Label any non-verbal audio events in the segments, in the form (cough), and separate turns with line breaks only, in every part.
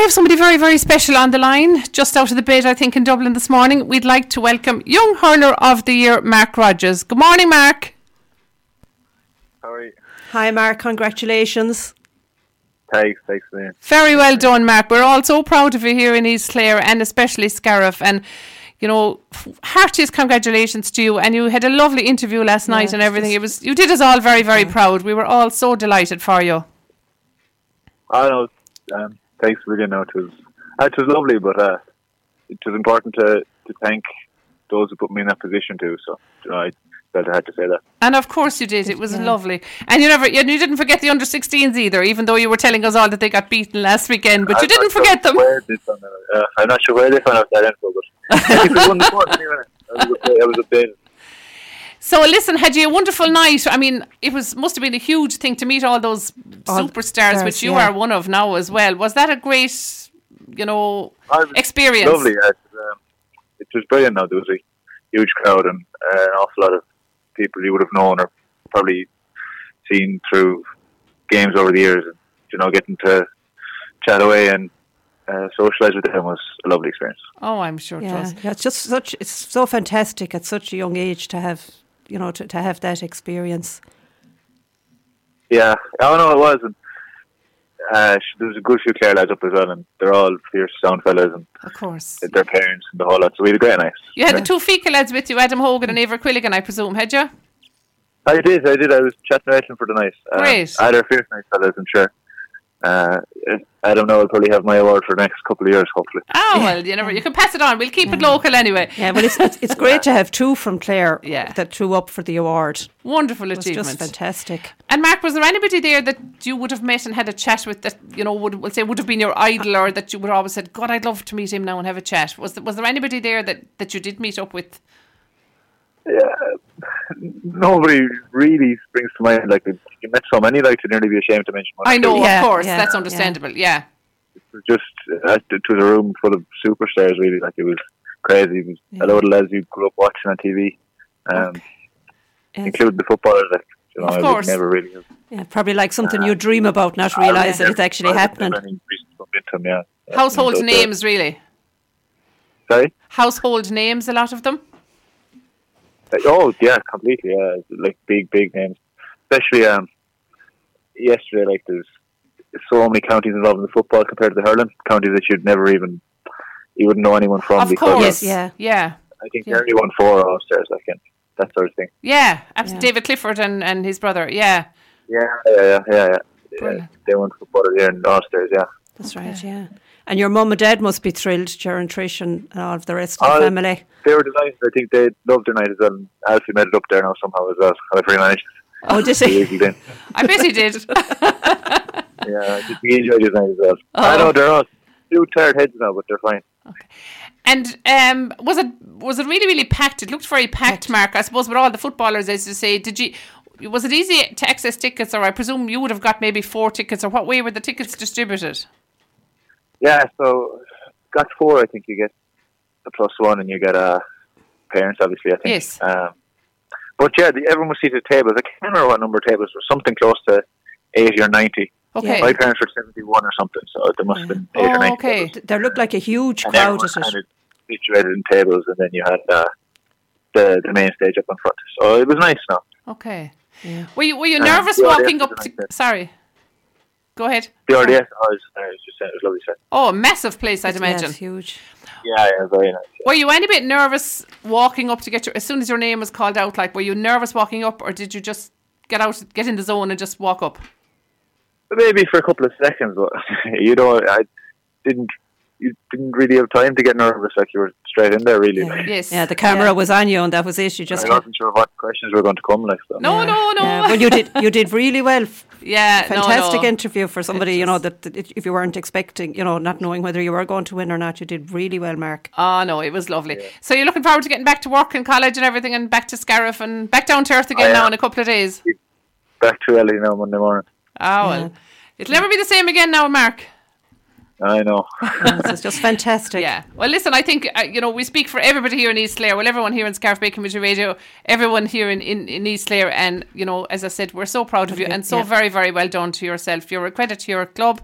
have somebody very, very special on the line, just out of the bed, I think, in Dublin this morning. We'd like to welcome Young Hurler of the Year, Mark Rogers. Good morning, Mark.
How are you?
Hi, Mark. Congratulations.
Thanks, thanks, man.
Very well done, Mark. We're all so proud of you here in East Clare and especially Scariff. And, you know, f- heartiest congratulations to you. And you had a lovely interview last night and everything. It was You did us all very, very proud. We were all so delighted for you.
I know. Um, thanks a million. Now it was, uh, it was lovely, but uh, it was important to, to thank those who put me in that position too. So you know, I felt I had to say that.
And of course you did. It was lovely. And you never, you, you didn't forget the under 16s either, even though you were telling us all that they got beaten last weekend. But you
I'm
didn't
not sure
forget them.
where they found that- uh, I'm not sure where they found out that info, but (laughs) I think they won the court anyway. I was upset- I was updated.
So listen, had you a wonderful night? I mean, it was must have been a huge thing to meet all those
All
superstars,
stars,
which you
yeah.
are one of now as well. Was that a great, you know,
I was-
experience?
Lovely. Yeah. It, was, um, it was brilliant. Now there was a huge crowd and uh, an awful lot of people you would have known or probably seen through games over the years. And you know, getting to chat away and uh, socialise with them was a lovely experience.
Oh, I'm sure it
Yeah,
was.
yeah, it's just such. It's so fantastic at such a young age to have, you know, to, to have that experience.
Yeah, I know it was. And, uh, sh- there was a good few Clare lads up as well, and they're all fierce sound fellas and
Of course.
their parents and the whole lot. So we had a great night.
You had the two fecal lads with you, Adam Hogan and Ava Quilligan, I presume, had you?
I did, I did. I was chatting to Aisling for the night. Um,
Great.
I had a fierce night, fellas, I'm sure. Uh, I don't know, I'll probably have my award for the next couple of years, hopefully.
Oh well, you never. You can pass it on. We'll keep it local anyway.
Yeah, well, it's it's,
(laughs)
it's great to have two from Clare
Yeah.
that threw up for the award.
Wonderful
It's just
achievement.
fantastic.
and Mark, was there anybody there that you would have met and had a chat with that you know would we'll say would have been your idol or that you would always said, God, I'd love to meet him now and have a chat. Was there, was there anybody there that that you did meet up with?
Nobody really springs to mind. Like, you met so many, like, to nearly be ashamed to mention one. or
I know,
two.
Yeah,
of course,
yeah,
that's
yeah.
understandable. Yeah.
It was Just uh, to to the room full of superstars, really. Like, it was crazy. It was a load of lads you grew up watching on TV, um,
Yeah,
including the footballers. Like, you know,
Of
I
course.
would never really have.
yeah, probably like something you dream about, not realise that it's actually
I wouldn't have
happening.
any reason to bump into them, yeah. Yeah,
Household
those, uh,
names, really.
Sorry?
Household names, a lot of them.
Like, oh yeah, completely. Yeah, like big, big names, especially um, yesterday. Like there's so many counties involved in the football compared to the hurling counties that you'd never even you wouldn't know anyone from.
Of
because
course.
yeah.
Yeah.
I think
yeah.
they only won four all stars. I think that sort of thing.
Yeah. Abs-
Yeah.
David Clifford and, and his brother. Yeah.
Yeah, yeah, yeah, yeah. yeah.
Brilliant.
They won football here in all stars. Yeah,
That's right. Yeah, and your mum and dad must be thrilled, your and Trish and all of the rest of the
Oh,
family.
they were delighted. I think they loved their night as well. And Alfie made it up there now somehow as well. I
(laughs)
pretty managed.
Oh, did
(laughs) He
they?
easily did.
I bet he
(laughs)
did.
Yeah, I think he enjoyed his night as well.
Oh.
I know they're all two tired heads now, but they're fine.
and um, was it was it really really packed? It looked very packed, Mark. I suppose with all the footballers, as you say, did you? Was it easy to access tickets, or I presume you would have got maybe four tickets, or what way were the tickets distributed?
Yeah, so got four. I think you get a plus one, and you get uh, parents, obviously. I think.
Yes.
Um, but yeah, the, everyone was seated at tables. I can't remember what number of tables, but something close to eighty or ninety.
Okay.
My parents were seventy-one or something, so there must have been eight or
Oh,
ninety.
okay.
tables.
Th- There looked like a huge
And
crowd
everyone
at
kind
it.
of situated in tables, and then you had uh, the the main stage up in front. So it was nice. Now
Okay. Were you were you
Uh,
nervous
yeah,
walking
yes,
up?
it's
to...
like that.
Sorry. Go ahead.
the RDS, I was, I was just saying, it was lovely. Set.
Oh, a massive place, I'd
Yeah,
imagine.
it's huge.
Yeah, yeah, very nice.
Were you any bit nervous walking up to get your as soon as your name was called out? Like, were you nervous walking up, or did you just get out, get in the zone, and just walk up?
maybe for a couple of seconds, but (laughs) you know, I didn't. You didn't really have time to get nervous. Like you were straight in there, really. Like,
Yes.
Yeah, the camera was on you, and that was it. You just
I wasn't sure what questions were going to come. Like so.
No, no, no.
Yeah, well, you did. You did really well.
(laughs) Yeah, (laughs) no,
Fantastic
no.
interview for somebody. You know that, that it- if you weren't expecting, you know, not knowing whether you were going to win or not, you did really well, Mark.
Oh no, it was lovely. So you're looking forward to getting back to work and college and everything, and back to Scariff and back down to earth again
I
now
am.
in a couple of days.
Back to Ellie now Monday morning.
Oh well, it'll never be the same again now, Mark.
I
(laughs)
know.
So it's just fantastic.
Yeah. Well, listen, I think, uh, you know, we speak for everybody here in East Clare. Well, everyone here in Scarf Bay Community Radio, everyone here in, in, in East Clare. And, you know, as I said, we're so proud of you and so
yeah.
very, very well done to yourself. You're a credit to your club.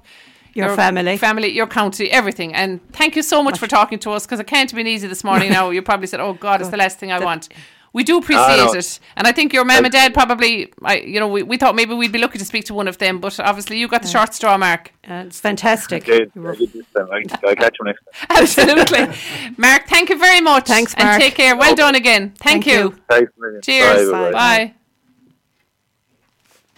Your family.
family, your county, everything. And thank you so much for talking to us because it can't have been easy this
(laughs)
morning. now you probably said, "Oh God, it's the last thing I want." We do appreciate
no.
it, and I think your mum and dad probably, I, you know, we, we thought maybe we'd be lucky to speak to one of them, but obviously you got the short straw, Mark.
Uh, it's fantastic.
Okay,
You were-
I did this time. I, I catch you next time.
(laughs) Absolutely, Mark. Thank you very much.
Thanks,
and
Mark.
take care. Well done again. Thank,
Thank
you.
you.
Thanks a million.
Cheers.
Bye.
Bye.